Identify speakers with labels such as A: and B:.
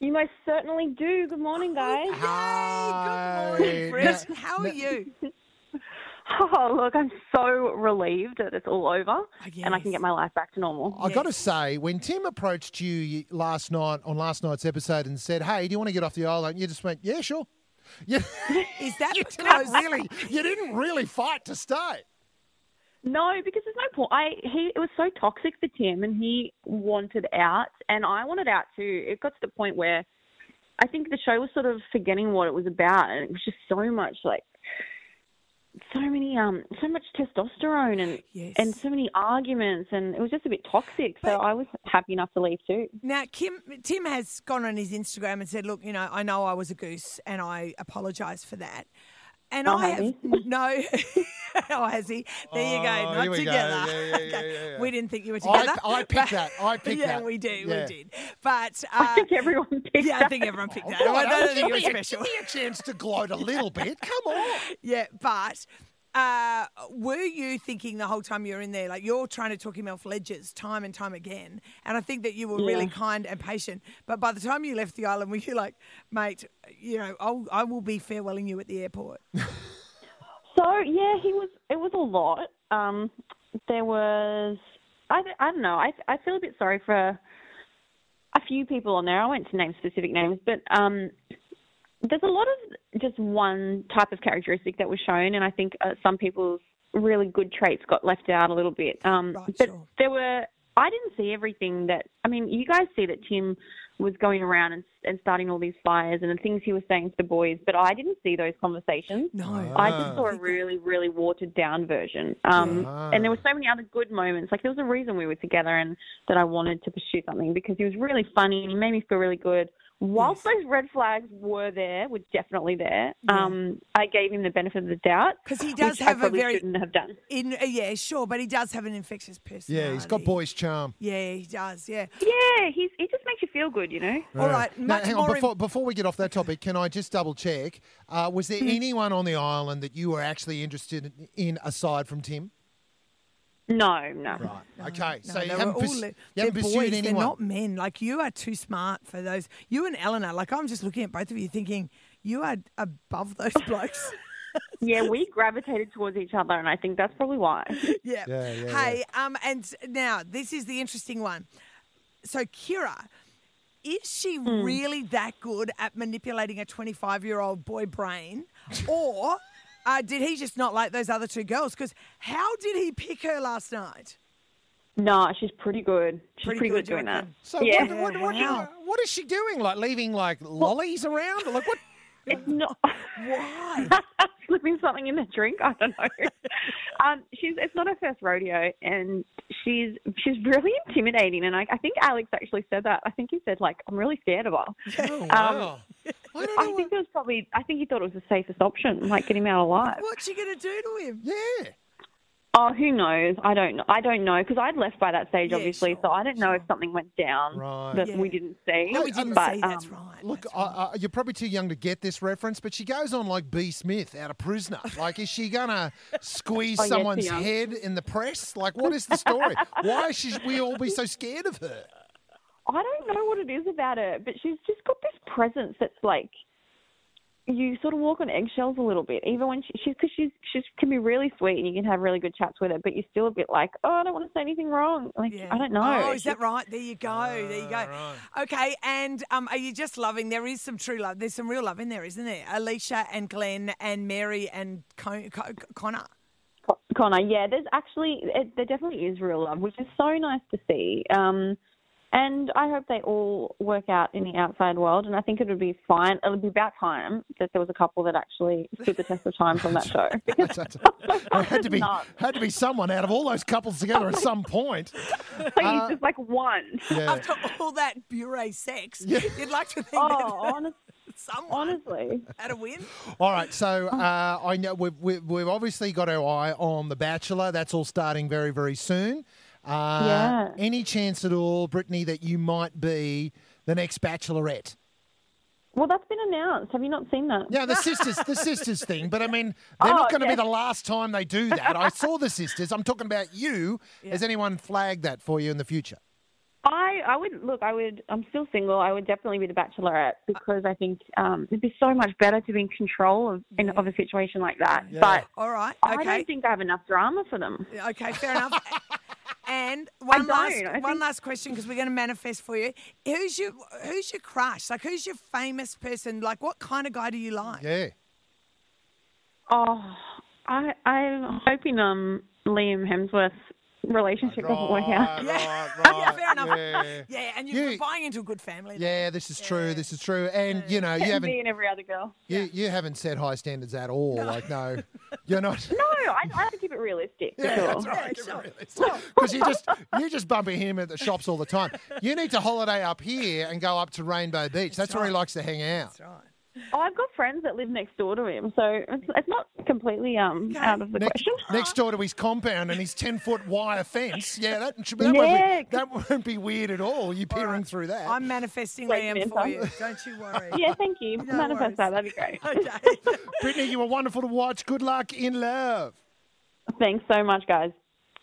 A: You most certainly do. Good morning, guys.
B: Hi.
C: Good morning, Fred. How are you?
A: Oh, look, I'm so relieved that it's all over and I
C: yes.
A: can get my life back to normal.
B: I got to say, when Tim approached you last night on last night's episode and said, "Hey, do you want to get off the island?" You just went, "Yeah, sure." You,
C: Is that
B: you
C: because
B: didn't really, you didn't really fight to stay.
A: No, because there's no point. I he it was so toxic for Tim, and he wanted out, and I wanted out too. It got to the point where I think the show was sort of forgetting what it was about, and it was just so much like so many um so much testosterone and
C: Yes.
A: and so many arguments, and it was just a bit toxic. So
C: But-
A: I was happy enough to leave too.
C: Now, Kim, Tim has gone on his Instagram and said, "Look, you know, I know I was a goose, and I apologise for that." And
A: Oh,
C: I
A: has
C: have no. oh, has he? There you go.
B: Oh, here
C: Not
B: we go.
C: together.
B: Yeah, yeah, yeah,
C: Okay.
B: yeah, yeah.
C: We didn't think you were
B: I-
C: together.
B: I picked
C: but-
B: that. I picked
C: yeah,
B: that.
C: we do.
B: Yeah.
C: We did. But uh,
A: I think everyone picked
C: yeah, I
A: that.
C: think everyone picked that.
B: All
C: I
B: right,
C: don't
B: Oh, give
C: think it was
B: me a-
C: special.
B: Give me a chance to gloat a little bit. Come on.
C: Yeah, but. Uh, were you thinking the whole time you were in there, like you're trying to talk him off ledges time and time again? And I think that you were really
A: Yeah.
C: kind and patient. But by the time you left the island, were you like, mate, you know, I'll, I will be farewelling you at the airport?
A: So yeah, he was. It was a lot. Um, there was. I, d- I don't know. I I feel a bit sorry for a few people on there. I won't name specific names, but um, there's a lot of just one type of characteristic that was shown, and I think uh, some people's really good traits got left out a little bit. Um,
C: Right,
A: but
C: sure.
A: there were. I didn't see everything that. I mean, you guys see that Tim was going around and, and starting all these fires and the things he was saying to the boys, but I didn't see those conversations.
C: No.
A: I
C: Ah.
A: just saw a really, really watered down version. Um,
B: Ah.
A: And there were so many other good moments. Like there was a reason we were together and that I wanted to pursue something because he was really funny and he made me feel really good. Whilst those red flags were there, were definitely there, um, I gave him the benefit of the doubt.
C: 'Cause he does
A: which
C: have
A: I
C: a
A: probably
C: very-
A: shouldn't have done.
C: in, uh, yeah, sure, but he does have an infectious personality.
B: Yeah, he's got boy's charm.
C: Yeah, he does. Yeah.
A: Yeah, he's, he just makes you feel good, you know?
C: All right.
B: Now,
C: Much
B: hang on.
C: more. im-
B: Before, before we get off that topic, can I just double check? Uh, was
C: Hmm.
B: there anyone on the island that you were actually interested in aside from Tim?
A: No, no.
B: Right. okay.
C: No,
B: so you
C: they were
B: haven't,
C: all
B: pursu-
C: li-
B: you
C: they're
B: haven't pursued
C: boys, They're
B: anyone.
C: not men. Like you are too smart for those. You and Eleanor. Like I'm just looking at both of you, thinking you are above those blokes.
A: Yeah, we gravitated towards each other, and I think that's probably why.
C: yeah.
B: Yeah, yeah,
C: Hey. Um. And s- now this is the interesting one. So Kira, is she really that good at manipulating a 25 year old boy brain, or uh, did he just not like those other two girls? Because how did he pick her last night?
A: No, she's pretty good. She's
C: Pretty
A: pretty,
C: good,
A: good,
C: you
A: doing that.
C: reckon?
B: So
A: Yeah.
B: what, what, what,
C: Wow.
B: what is she doing? Like leaving like lollies around? Like what?
A: It's not.
C: Why?
A: slipping something in the drink. I don't know. um, she's it's not her first rodeo, and she's she's really intimidating. And I, I think Alex actually said that. I think he said like I'm really scared of her.
B: Oh, wow. I don't know.
A: Um, I think it was probably I think he thought it was the safest option, like get him out alive.
C: What's she gonna do to him?
B: yeah.
A: Oh, who knows? I don't know. I don't know because I'd left by that stage,
C: Yeah,
A: obviously.
C: sure,
A: So I don't know if
C: sure.
A: something went down
B: Right.
A: that
C: Yeah.
A: we didn't see.
C: No, we didn't
A: But,
C: see. That's
A: um,
C: right.
B: Look,
C: that's
B: I, I, you're probably too young to get this reference, but she goes on like B. Smith out of prisoner. Like, is she gonna squeeze
A: Oh, yeah, too
B: someone's
A: young.
B: head in the press? Like, what is the story? Why should we all be so scared of her?
A: I don't know what it is about her, but she's just got this presence that's like you sort of walk on eggshells a little bit, even when she, she's because she's she can be really sweet and you can have really good chats with her, but you're still a bit like, oh, I don't want to say anything wrong. Like
C: Yeah.
A: I don't know.
C: Oh,
A: It's
C: is that
A: just-
C: right? There you go. there you go. Okay, and um, are you just loving? There is some true love. There's some real love in there, isn't there? Alicia and Glenn and Mary and Con- Con- Connor.
A: Con- Connor, yeah, there's actually it, there definitely is real love, which is so nice to see. Um, and I hope they all work out in the outside world. And I think it would be fine. It would be about time that there was a couple that actually stood the test of time from that show. Because
B: There had to be
A: Not.
B: had to be someone out of all those couples together at some point.
A: please, just like one.
B: Uh, Yeah.
C: After all that bureau sex, you'd like to think
A: Oh, honest,
C: that someone
A: honestly.
C: had a win.
B: All right, so uh, I know we've, we've, we've obviously got our eye on The Bachelor. That's all starting very, very soon. Uh,
A: Yeah.
B: Any chance at all, Brittany, that you might be the next Bachelorette?
A: Well, that's been announced. Have you not seen that?
B: Yeah, the sisters, the sisters thing. But I mean, they're not
A: Oh,
B: going to
A: yeah.
B: be the last time they do that. I saw the sisters. I'm talking about you. Has anyone flagged that for you in the future?
A: I, I would look. I would. I'm still single. I would definitely be the bachelorette because I think um, it'd be so much better to be in control of in, of a situation like that.
B: Yeah. Oh,
A: But
C: All right.
A: I
C: Okay.
A: don't think I have enough drama for them.
C: Okay, fair enough. And one
A: don't.
C: last
A: I
C: one
A: think-
C: last question because we're going to manifest for you. Who's your who's your crush? Like who's your famous person? Like what kind of guy do you like?
B: Yeah.
A: Oh, I I'm hoping um Liam Hemsworth's relationship doesn't work
B: Oh,
A: out.
C: Yeah.
B: right, right,
C: Yeah, fair enough.
B: yeah.
C: Yeah, and you're
B: You-
C: buying into a good family. then.
B: Yeah, this is true. This is true. And you know, you
A: Me
B: haven't
A: and every other girl.
B: you, you haven't set high standards at all. Like no, you're not.
A: No, I I like to keep it realistic. for
B: Yeah,
A: sure.
B: that's right. Because you just you just bump into him at the shops all the time. You need to holiday up here and go up to Rainbow Beach. That's where he
C: right.
B: likes to hang out.
C: That's right.
A: Oh, I've got friends that live next door to him, so it's, it's not completely um
C: Okay.
A: out of the
B: Next,
A: question.
B: next door to his compound and his ten foot wire fence. Yeah, that should, that,
A: Yeah.
B: won't be, that won't be weird at all. You peering through that.
C: I'm manifesting
A: Great
C: Liam for
A: mentor.
C: you. Don't you worry.
A: Yeah, thank you. Manifest
C: worries.
A: that. That'd be great.
C: Okay.
B: Brittany, you were wonderful to watch. Good luck in love.
A: Thanks so much, guys.